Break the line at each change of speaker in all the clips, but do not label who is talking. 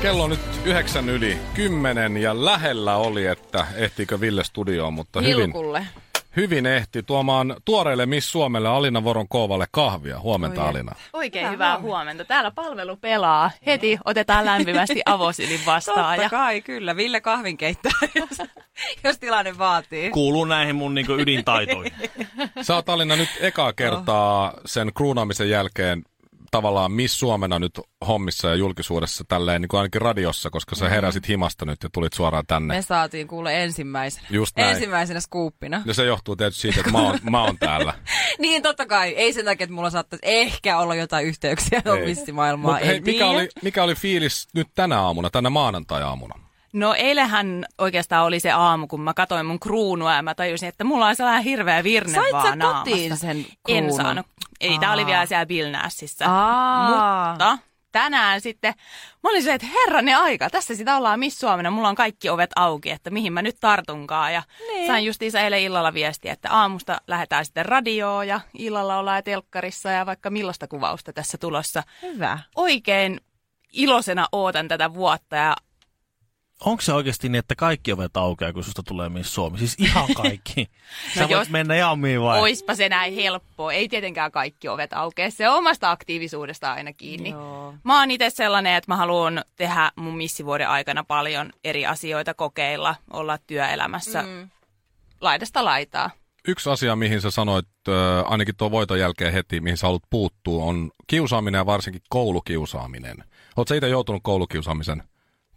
Kello on nyt yhdeksän yli kymmenen ja lähellä oli, että ehtiikö Ville studioon, mutta hyvin,
Vilkulle.
hyvin ehti tuomaan tuoreelle Miss Suomelle Alina Voron Koovalle kahvia. Huomenta
Oi
Alina.
Oikein
Hyvää
hyvää,
huomenta.
huomenta. Täällä palvelu pelaa. Heti otetaan lämpimästi avosilin vastaan.
Totta
ja
kai, kyllä. Ville kahvin keittää, jos, jos tilanne vaatii.
Kuuluu näihin mun niinku ydintaitoihin.
Sä oot Alina nyt ekaa kertaa sen kruunaamisen jälkeen tavallaan Miss Suomena nyt hommissa ja julkisuudessa tälleen niin kuin ainakin radiossa, koska
Mm-hmm.
sä heräsit himasta nyt ja tulit suoraan tänne.
Me saatiin kuule ensimmäisenä.
Just näin.
ensimmäisenä skuuppina.
Ja se johtuu tietysti siitä, että mä oon, mä oon täällä.
niin, totta kai. Ei sen takia, että mulla saattaisi ehkä olla jotain yhteyksiä
Ei.
missimaailmaan.
Mut hei, mikä,
tiedä.
oli, mikä oli fiilis nyt tänä aamuna, tänä maanantai-aamuna?
No eilähän oikeastaan oli se aamu, kun mä katsoin mun kruunua ja mä tajusin, että mulla on sellainen hirveä virne
Sait sä
vaan naamassa.
kotiin sen
En
kruunun?
saanut. Eli tää oli vielä siellä Bill Nassissa.
Aa.
Mutta tänään sitten, mä olin se, että herranne aika, tässä sitä ollaan Miss Suomena, mulla on kaikki ovet auki, että mihin mä nyt tartunkaan. Ja niin. sain justiinsa eilen illalla viestiä, että aamusta lähdetään sitten radioon ja illalla ollaan telkkarissa ja vaikka millaista kuvausta tässä tulossa.
Hyvä.
Oikein iloisena ootan tätä vuotta ja
Onko se oikeasti niin, että kaikki ovet aukeaa, kun susta tulee Miss Suomi? Siis ihan kaikki.
No
Sä voit
jos-
mennä ihan mihin vai?
oispa se näin helppoa. Ei tietenkään kaikki ovet aukea, se on omasta aktiivisuudesta aina kiinni.
Joo.
Mä oon itse sellainen, että mä haluan tehdä mun missivuoden aikana paljon eri asioita, kokeilla, olla työelämässä mm. laidasta laitaa.
Yksi asia, mihin sä sanoit, ö, ainakin tuon voiton jälkeen heti, mihin sä haluat puuttua, on kiusaaminen ja varsinkin koulukiusaaminen. Oot sä itse joutunut koulukiusaamisen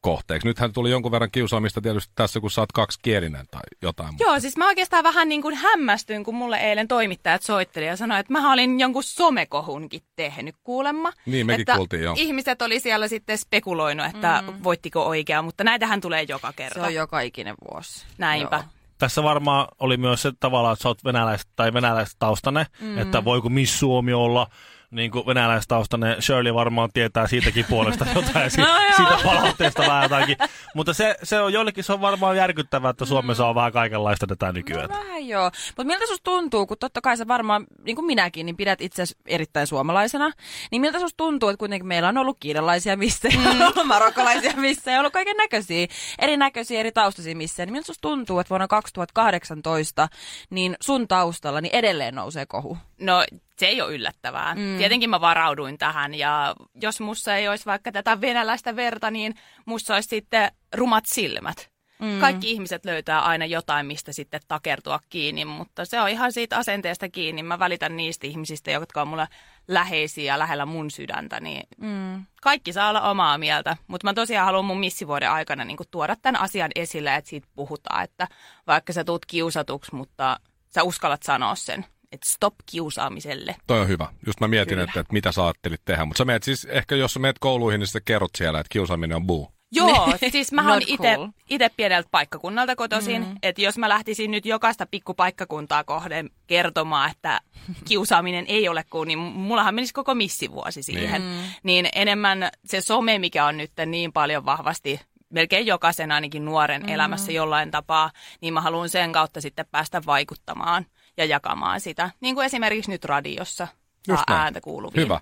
kohteeksi? Nythän tuli jonkun verran kiusaamista tietysti tässä, kun sä oot kaksikielinen tai jotain. muuta.
Joo, siis mä oikeastaan vähän niin kuin hämmästyin, kun mulle eilen toimittajat soitteli ja sanoi, että mä olin jonkun somekohunkin tehnyt kuulemma.
Niin, mekin
että
kuultiin, joo.
Ihmiset oli siellä sitten spekuloinut, että mm. voittiko oikea, mutta näitähän tulee joka kerta.
Se on joka ikinen vuosi.
Näinpä.
Joo.
Tässä varmaan oli myös se tavallaan, että sä oot venäläis- tai venäläistaustainen,
Mm.
mm-hmm. että voiko Miss Suomi olla niin kuin venäläistaustainen. Shirley varmaan tietää siitäkin puolesta jotain, si-
No
siitä palautteesta vähän jotakin. Mutta se, se on joillekin se on varmaan järkyttävää, että
Mm.
Suomessa on vähän kaikenlaista tätä nykyään.
No vähän joo. Mutta miltä susta tuntuu, kun totta kai sä varmaan, niin kuin minäkin, niin pidät itseäsi erittäin suomalaisena. Niin miltä susta tuntuu, että kuitenkin meillä on ollut kiinalaisia missejä, mm. ollut marokkalaisia missejä, ollut kaiken näköisiä, erinäköisiä, eri taustaisia missejä. Niin miltä susta tuntuu, että vuonna 2018, niin sun taustalla niin edelleen nousee kohu?
No se ei ole yllättävää. Mm. Tietenkin mä varauduin tähän ja jos mussa ei olisi vaikka tätä venäläistä verta, niin mussa olisi sitten rumat silmät. Mm. Kaikki ihmiset löytää aina jotain, mistä sitten takertua kiinni, mutta se on ihan siitä asenteesta kiinni. Mä välitän niistä ihmisistä, jotka on mulle läheisiä ja lähellä mun sydäntä, niin mm. kaikki saa olla omaa mieltä. Mutta mä tosiaan haluan mun missivuoden aikana niin tuoda tämän asian esille, että siitä puhutaan, että vaikka sä tuut kiusatuksi, mutta sä uskallat sanoa sen, että stop kiusaamiselle.
Toi on hyvä. Just mä mietin, että, että, mitä sä ajattelit tehdä. Mutta sä meet siis, ehkä jos sä meet kouluihin, niin sä kerrot siellä, että kiusaaminen on buu.
Joo, siis mä oon
Not
ite,
cool.
ite pieneltä paikkakunnalta kotoisin, mm. että jos mä lähtisin nyt jokaista pikkupaikkakuntaa kohden kertomaan, että kiusaaminen ei ole cool, niin mullahan menisi koko missivuosi siihen. Niin. niin enemmän se some, mikä on nyt niin paljon vahvasti melkein jokaisen ainakin nuoren mm. elämässä jollain tapaa, niin mä haluan sen kautta sitten päästä vaikuttamaan ja jakamaan sitä. Niin kuin esimerkiksi nyt radiossa saa
näin.
ääntä kuuluviin.
Hyvä.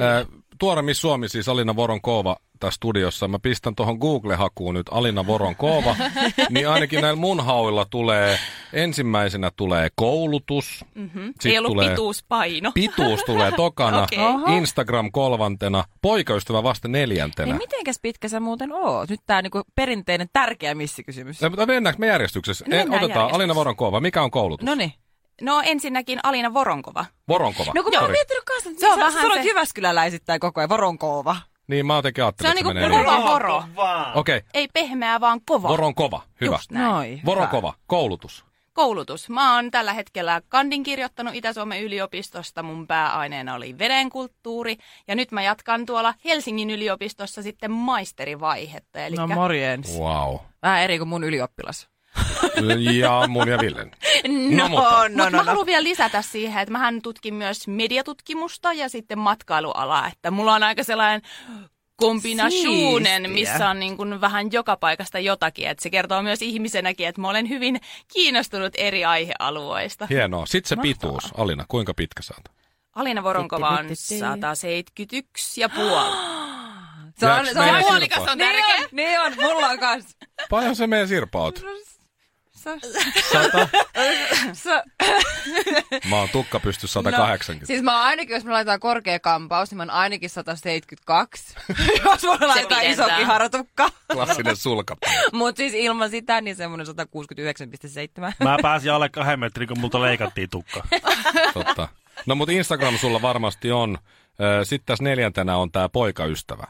Äh, tuore Miss Suomi siis Alina Voronkova tässä studiossa. Mä pistän tuohon Google-hakuun nyt Alina Voronkova, niin ainakin näillä mun hauilla tulee, ensimmäisenä tulee koulutus. Mm-hmm.
Mhm. Ei ollut tulee... pituuspaino.
Pituus tulee tokana,
Okei.
okay. Instagram kolmantena, poikaystävä vasta neljäntenä.
Niin mitenkäs pitkä sä muuten oot? Nyt tää niinku perinteinen tärkeä missikysymys.
Ei, mutta Mennäänkö me järjestyksessä? Eh,
Mennään
Otetaan
järjestyksessä.
Alina Voronkova. Mikä on koulutus?
No niin.
No ensinnäkin Alina Voronkova.
Voronkova.
No kun mä oon
Sori.
miettinyt kanssa, että
Se on
sä,
vähän
sä sanoit
se-
hyväskyläläisittäin koko ajan, voronkoova.
Niin mä jotenkin ajattelin,
Se on
että
niinku
menee
kova
niin.
voro.
Okei, okay.
Ei pehmeää, vaan kova.
Voronkova. Hyvä.
Just näin.
Noi.
Voronkova. Koulutus.
Koulutus. Mä oon tällä hetkellä kandin kirjoittanut Itä-Suomen yliopistosta. Mun pääaineena oli vedenkulttuuri. Ja nyt mä jatkan tuolla Helsingin yliopistossa sitten maisterivaihetta. Eli
No morjens.
Wow.
Vähän eri kuin mun ylioppilas.
ja mun ja Villen. mutta-
No, no,
Mutta
no,
mä
no.
haluan vielä lisätä siihen, että mähän tutkin myös mediatutkimusta ja sitten matkailualaa, että mulla on aika sellainen kombinasuunen,
Siistiä.
missä on niin kuin vähän joka paikasta jotakin. Että se kertoo myös ihmisenäkin, että mä olen hyvin kiinnostunut eri aihealueista.
Hienoa. Sitten se
Mahtavaa.
pituus. Alina, kuinka pitkä sä oot?
Alina Voronkova on
Titti, titti.
171 ja puoli.
Se on,
Jääks
se on
meidän
puoli.
Puolikas
sirpaut?
on
Niin
tärkeä.
on, niin on, mulla on kans.
Paljon se meidän sirpaut?
Sata.
Se,
Mä oon tukka pysty 180.
siis mä oon ainakin, jos me laitetaan korkea kampaus, niin mä oon ainakin 172. jos mulla laitetaan
pidentää.
isokin haratukka.
Klassinen sulkapää.
Mut siis ilman sitä, niin semmonen 169,7.
Mä pääsin alle kahden metrin, kun multa leikattiin tukka.
Totta. No mut Instagram sulla varmasti on. Ö, Sitten tässä neljäntenä on tää poikaystävä.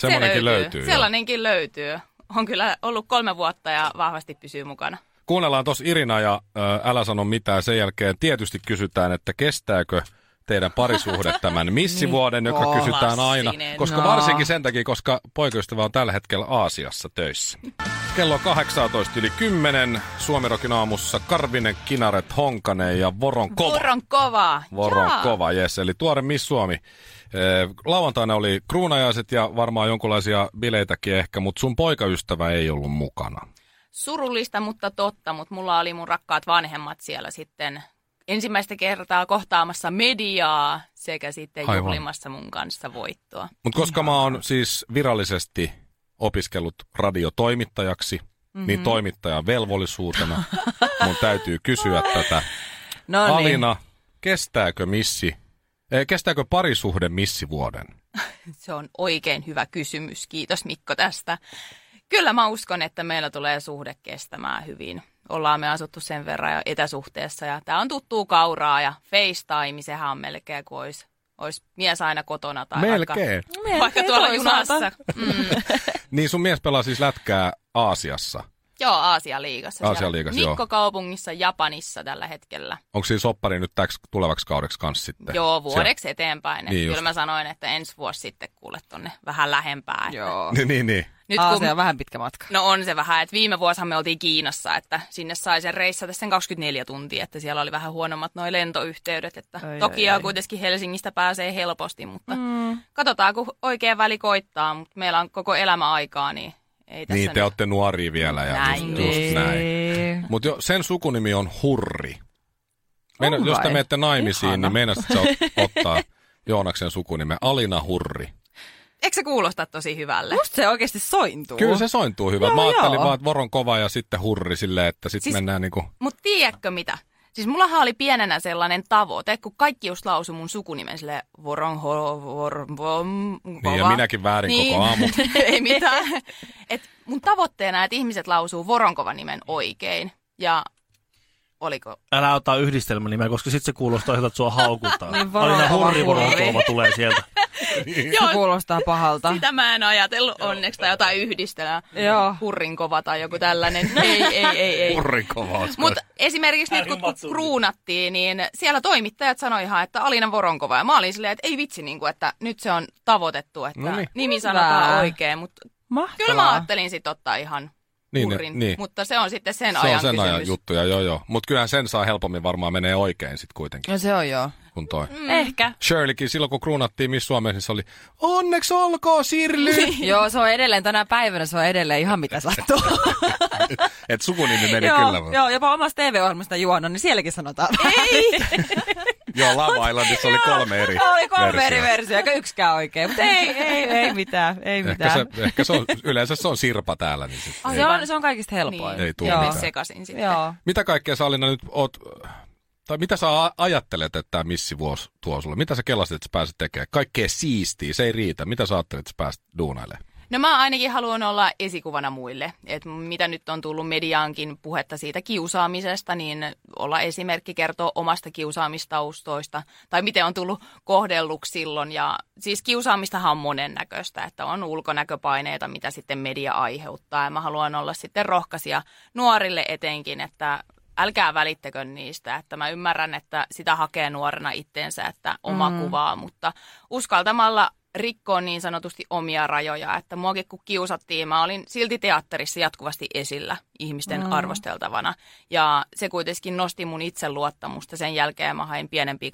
Semmonenkin
Se
löytyy. jo.
Sellainenkin löytyy. On kyllä ollut kolme vuotta ja vahvasti pysyy mukana.
Kuunnellaan tos Irina ja ö, Älä sano mitään. Sen jälkeen tietysti kysytään, että kestääkö teidän parisuhde tämän missivuoden, joka kysytään aina.
Klassinen.
Koska
No.
varsinkin sen takia, koska poikaystävä on tällä hetkellä Aasiassa töissä. Kello on 18 yli 10. Suomirokin aamussa Karvinen, Kinaret, Honkanen ja Voron kova.
Voron kova.
Voron
Jaa.
kova, jes. Eli tuore Miss Suomi. Ee, Lauantaina oli kruunajaiset ja varmaan jonkinlaisia bileitäkin ehkä, mutta sun poikaystävä ei ollut mukana.
Surullista, mutta totta, mutta mulla oli mun rakkaat vanhemmat siellä sitten ensimmäistä kertaa kohtaamassa mediaa sekä sitten
Aivan.
Aivan. juhlimassa mun kanssa voittoa.
Mutta koska mä oon siis virallisesti opiskellut radiotoimittajaksi, mm-hmm. niin toimittajan velvollisuutena mun täytyy kysyä tätä.
No niin.
Alina, kestääkö missi, eh, kestääkö parisuhde missivuoden?
Se on oikein hyvä kysymys. Kiitos Mikko tästä. Kyllä mä uskon, että meillä tulee suhde kestämään hyvin. Ollaan me asuttu sen verran jo etäsuhteessa ja tää on tuttuu kauraa ja FaceTime, sehän on melkein kuin olisi, olisi mies aina kotona tai
Melkein.
vaikka, vaikka tuolla
toisaalta.
junassa. Mm.
Niin sun mies pelaa siis lätkää Aasiassa.
Joo, Aasian liigassa.
Aasian liigassa, joo.
Mikko kaupungissa Japanissa tällä hetkellä.
Onko siinä soppari siis nyt täksi tulevaksi kaudeksi kanssa sitten?
Joo,
Siellä-
vuodeksi eteenpäin.
Niin
Niin
just.
kyllä mä sanoin, että ensi vuosi sitten kuule tonne vähän lähempää. Että
Joo.
Niin, niin, niin.
Nyt
Aa,
kun,
se on vähän pitkä matka.
no on se vähän, että viime vuosihan me oltiin Kiinassa, että sinne sai sen reissata sen 24 tuntia, että siellä oli vähän huonommat noi lentoyhteydet. Että
Ai,
ai,
ai,
toki ai,
ai.
kuitenkin Helsingistä pääsee helposti, mutta mm. katsotaan kun oikea väli koittaa, mutta meillä on koko elämä aikaa, niin ei tässä
niin te
nyt-
olette nuoria vielä ja
Näin
just, just
just.
näin.
Niin.
Mutta jo, sen sukunimi on Hurri. Meina,
On
jos te
vai?
menette naimisiin,
Ihana.
niin meinasit sä ot- ottaa Joonaksen sukunimen Alina Hurri.
Oh.
Eikö se kuulosta tosi hyvälle?
Musta se oikeesti sointuu.
Kyllä se sointuu hyvä.
Joo,
Mä ajattelin
No joo.
vaan, että voron kova ja sitten Hurri silleen, että sitten siis...
Siis-
mennään niinku...
Mutta tiedätkö mitä? Siis mullahan oli pienenä sellainen tavoite, kun kaikki just lausui mun sukunimen sille voron ho, vor, vom,
Niin, ja
kova.
minäkin väärin koko aamu.
Ei mitään. Et mun tavoitteena, että ihmiset lausuu voronkova nimen oikein. Ja oliko?
Älä ota yhdistelmänimeä, koska sit se kuulostaa siltä, että sua haukutaan.
Niin, varo-
Alina hurri,
varo-
varo- kova tulee sieltä.
Se kuulostaa pahalta.
Sitä mä en ajatellut onneksi tai jotain yhdistelää.
Joo. No.
Hurrin kova tai joku tällainen. ei, ei, ei, ei.
Hurri kova.
Mutta esimerkiksi nyt kun
Matsuuni.
kruunattiin, niin siellä toimittajat sanoi ihan, että Alina Voronkova. Ja mä olin silleen, että ei vitsi, niin kuin, että nyt se on tavoitettu, että
No niin.
nimi
Hyvä.
sanotaan oikein. Mutta
Mahtavaa.
kyllä mä ajattelin sit ottaa ihan
Niin,
niin,
niin,
urrin,
niin.
niin. mutta se on sitten sen
Se
ajan
on sen
kysymys.
ajan juttuja, joo joo. Mutta kyllähän sen saa helpommin varmaan menee oikein sitten kuitenkin,
No se on joo.
kun toi.
Mm. Ehkä.
Shirleykin silloin, kun kruunattiin Miss Suomessa, niin se oli, onneksi olkoon Sirly!
Joo, se on edelleen tänä päivänä, se on edelleen ihan mitä sattuu.
Et sukunimi meni
joo,
kyllä. Joo,
joo, jopa omassa TV-ohjelmasta juona, niin sielläkin sanotaan.
joo Lava Islandissa oli kolme eri
oli kolme eri
versiota.
versiota, eikä yksikään oikein. Mutta ei, ei, ei mitään, ei
Ehkä
mitään.
se, ehkä se on, yleensä se on sirpa täällä. Niin sit,
Se,
ei.
on, se on kaikista helpoin.
Niin.
Ei tuu
Joo.
Joo.
mitään.
sekaisin sitten. Joo.
Joo.
Mitä kaikkea sä Alina nyt oot, tai mitä sä a- ajattelet, että tämä missivuosi tuo sulle? Mitä sä kelasit, että sä pääset tekemään? Kaikkea siistiä, se ei riitä. Mitä sä ajattelet, että sä pääset duunailemaan?
No mä ainakin haluan olla esikuvana muille. Et mitä nyt on tullut mediaankin puhetta siitä kiusaamisesta, niin olla esimerkki kertoa omasta kiusaamistaustoista tai miten on tullut kohdelluksi silloin. Ja siis kiusaamistahan on monennäköistä, että on ulkonäköpaineita, mitä sitten media aiheuttaa. Ja mä haluan olla sitten rohkaisia nuorille etenkin, että älkää välittäkö niistä, että mä ymmärrän, että sitä hakee nuorena itteensä, että oma mm. kuvaa, mutta uskaltamalla rikkoo niin sanotusti omia rajoja. Että muakin kun kiusattiin, mä olin silti teatterissa jatkuvasti esillä ihmisten mm. arvosteltavana. Ja se kuitenkin nosti mun itseluottamusta. Sen jälkeen mä hain pienempiin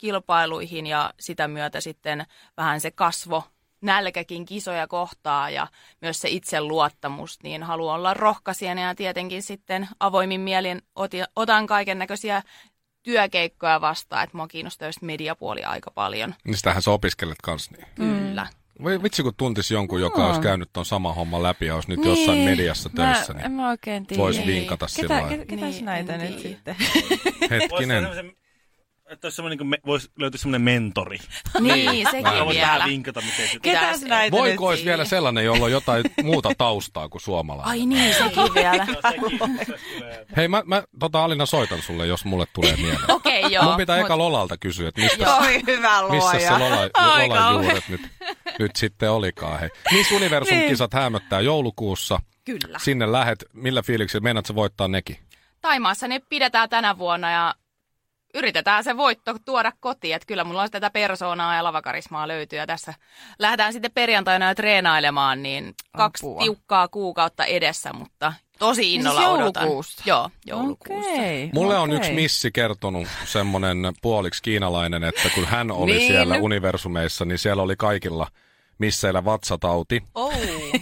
kauneuskilpailuihin ja sitä myötä sitten vähän se kasvo nälkäkin kisoja kohtaa ja myös se itseluottamus, niin haluan olla rohkaisijana ja tietenkin sitten avoimin mielin oti- otan kaiken näköisiä työkeikkoja vastaan, että mua kiinnostaa just mediapuoli aika paljon.
Niin sitähän sä opiskelet kans niin.
Kyllä.
Voi vitsi, kun tuntis jonkun, joka no. olisi käynyt ton sama homman läpi ja olisi nyt niin. jossain mediassa töissä,
mä,
niin
En mä oikein tiedä.
voisi vinkata
Ketä,
sillä
ke-
lailla.
ketäs
Niin,
näitä
en
nyt
tiedä.
sitten?
Hetkinen.
Että olisi semmoinen, niin me, voisi löytyä semmoinen mentori.
Niin,
Mä
sekin
voin
vielä.
vähän vinkata, miten se...
Pitäisi-
Ketäs näitä nyt?
Voiko olisi vielä sellainen, jolla on jotain muuta taustaa kuin suomalainen?
Ai niin, sekin vielä.
Hei, mä, mä tota Alina soitan sulle, jos mulle tulee mieleen.
Okei, okay, joo.
Mun pitää eka
mut-
Lolalta kysyä, että mistä,
Oi hyvä
missä se
luoja.
Lola,
Ai
Lolan
kauhea.
juuret nyt, nyt sitten olikaan. Hei. Miss Universum
Niin.
kisat häämöttää joulukuussa.
Kyllä.
Sinne lähet. Millä fiiliksellä? Meinaat sä voittaa nekin?
Taimaassa ne pidetään tänä vuonna ja yritetään se voitto tuoda kotiin. Että kyllä mulla on tätä persoonaa ja lavakarismaa löytyy ja tässä lähdetään sitten perjantaina jo treenailemaan, niin kaksi
Apua.
tiukkaa kuukautta edessä, mutta tosi
Niin
innolla
siis
odotan.
joulukuussa?
Joo, joulukuussa.
Okei,
Mulle on
okei.
yksi missi kertonut semmoinen puoliksi kiinalainen, että kun hän oli
Niin.
siellä universumeissa, niin siellä oli kaikilla misseillä vatsatauti.
Oh.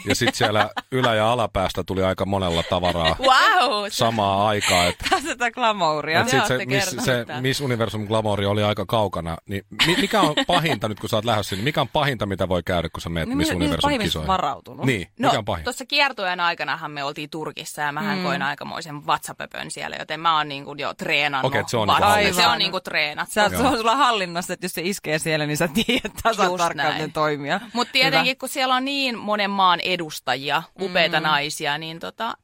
Ja sitten siellä ylä- ja alapäästä tuli aika monella tavaraa
Wow! se-
samaa aikaa. Että
Tässä tätä glamouria.
Et sit
te
se,
ootte
miss,
kertonut
se
tän.
Miss Universum Glamouri oli aika kaukana. Niin mi- mikä on pahinta nyt, kun sä oot lähdössä, niin mikä on pahinta, mitä voi käydä, kun sä meet
Niin,
Miss
mi- mi-
Universum
pahimmista
kisoihin?
varautunut.
Niin,
No,
mikä on pahin?
tuossa kiertojen aikanahan me oltiin Turkissa ja mähän mm. koin aikamoisen vatsapöpön siellä, joten mä oon niin kuin jo treenannut
Okei, et se on
vatsat.
niinku
hallinnassa.
se on niin kuin treenattu.
Sä, se
Joo.
on sulla hallinnassa, että jos se iskee siellä, niin sä tiedät tasan
Just
tarkkaan,
näin.
miten toimia.
Mutta tietenkin, Hyvä. kun siellä on niin monen maan edustajia, upeita mm. naisia, niin tota,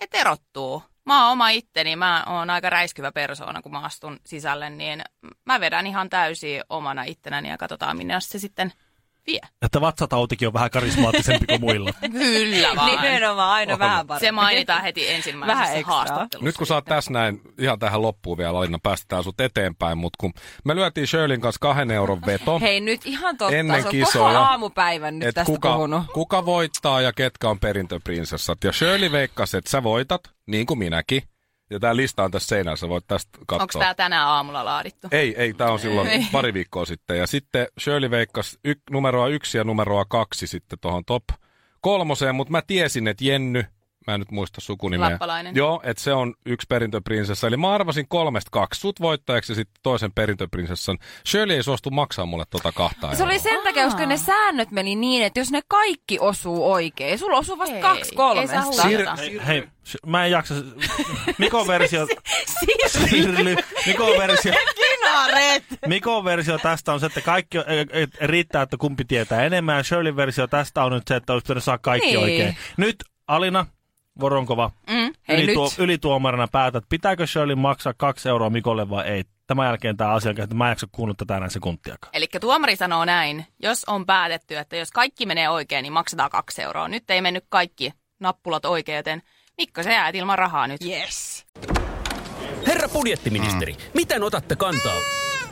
et erottuu. Mä oon oma itteni, mä oon aika räiskyvä persoona, kun mä astun sisälle, niin mä vedän ihan täysin omana ittenäni ja katsotaan, minne se sitten vie.
Että vatsatautikin on vähän karismaattisempi kuin muilla.
Kyllä vaan.
Nimenomaan aina vähän paremmin.
Se mainitaan heti
Vähän
ensimmäisessä
ekstraa.
haastattelussa.
Nyt kun sä oot tässä näin, ihan tähän loppuun vielä, Alina, päästetään sut eteenpäin, mutta kun me lyötiin Shirleyn kanssa kahden euron veto,
Hei nyt ihan totta,
Ennen
se on koko
kisoja.
aamupäivän nyt
että
tästä
kuka,
puhunut.
kuka voittaa ja ketkä on perintöprinsessat. Ja Shirley veikkasi, että sä voitat, niin kuin minäkin. Ja tää lista on tässä seinällä, sä voit tästä katsoa.
Onko tämä tänään aamulla laadittu?
Ei, ei, tämä on silloin pari viikkoa sitten. Ja sitten Shirley veikkasi y- numeroa yksi ja numeroa kaksi sitten tuohon top kolmoseen, mutta mä tiesin, että Jenny, mä en nyt muista sukunimeä.
Lappalainen.
Joo, että se on yksi perintöprinsessa. Eli mä arvasin kolmesta kaksi sut voittajaksi ja sitten toisen perintöprinsessan. Shirley ei suostu maksaa mulle tota kahta
Se oli
euroa.
sen takia, koska ne säännöt meni niin, että jos ne kaikki osuu oikein, sulla osuu vasta
Ei,
kaksi
ei
kolmesta.
saa huijata.
Hei, hei, s- mä en jaksa... Mikon versio... Sirli. Mikon versio...
Kinaret!
Mikon versio tästä on se, että kaikki on- e- e- riittää, että kumpi tietää enemmän. Ja Shirleyn versio tästä on nyt se, että olisi pitänyt saada kaikki
Niin.
oikein. Nyt Alina Voronkova,
Mm.
Niin,
Hei nyt.
ylituomarina päätät, pitääkö Shirley maksaa kaksi euroa Mikolle vai ei. Tämän jälkeen tämä asia on käsitelty. Mä en jaksa kuunnella tätä enää sekuntiakaan.
Eli tuomari sanoo näin, jos on päätetty, että jos kaikki menee oikein, niin maksetaan kaksi euroa. Nyt ei mennyt kaikki nappulat oikein, joten Mikko, sä jäät ilman rahaa nyt.
Yes.
Herra budjettiministeri, miten otatte kantaa?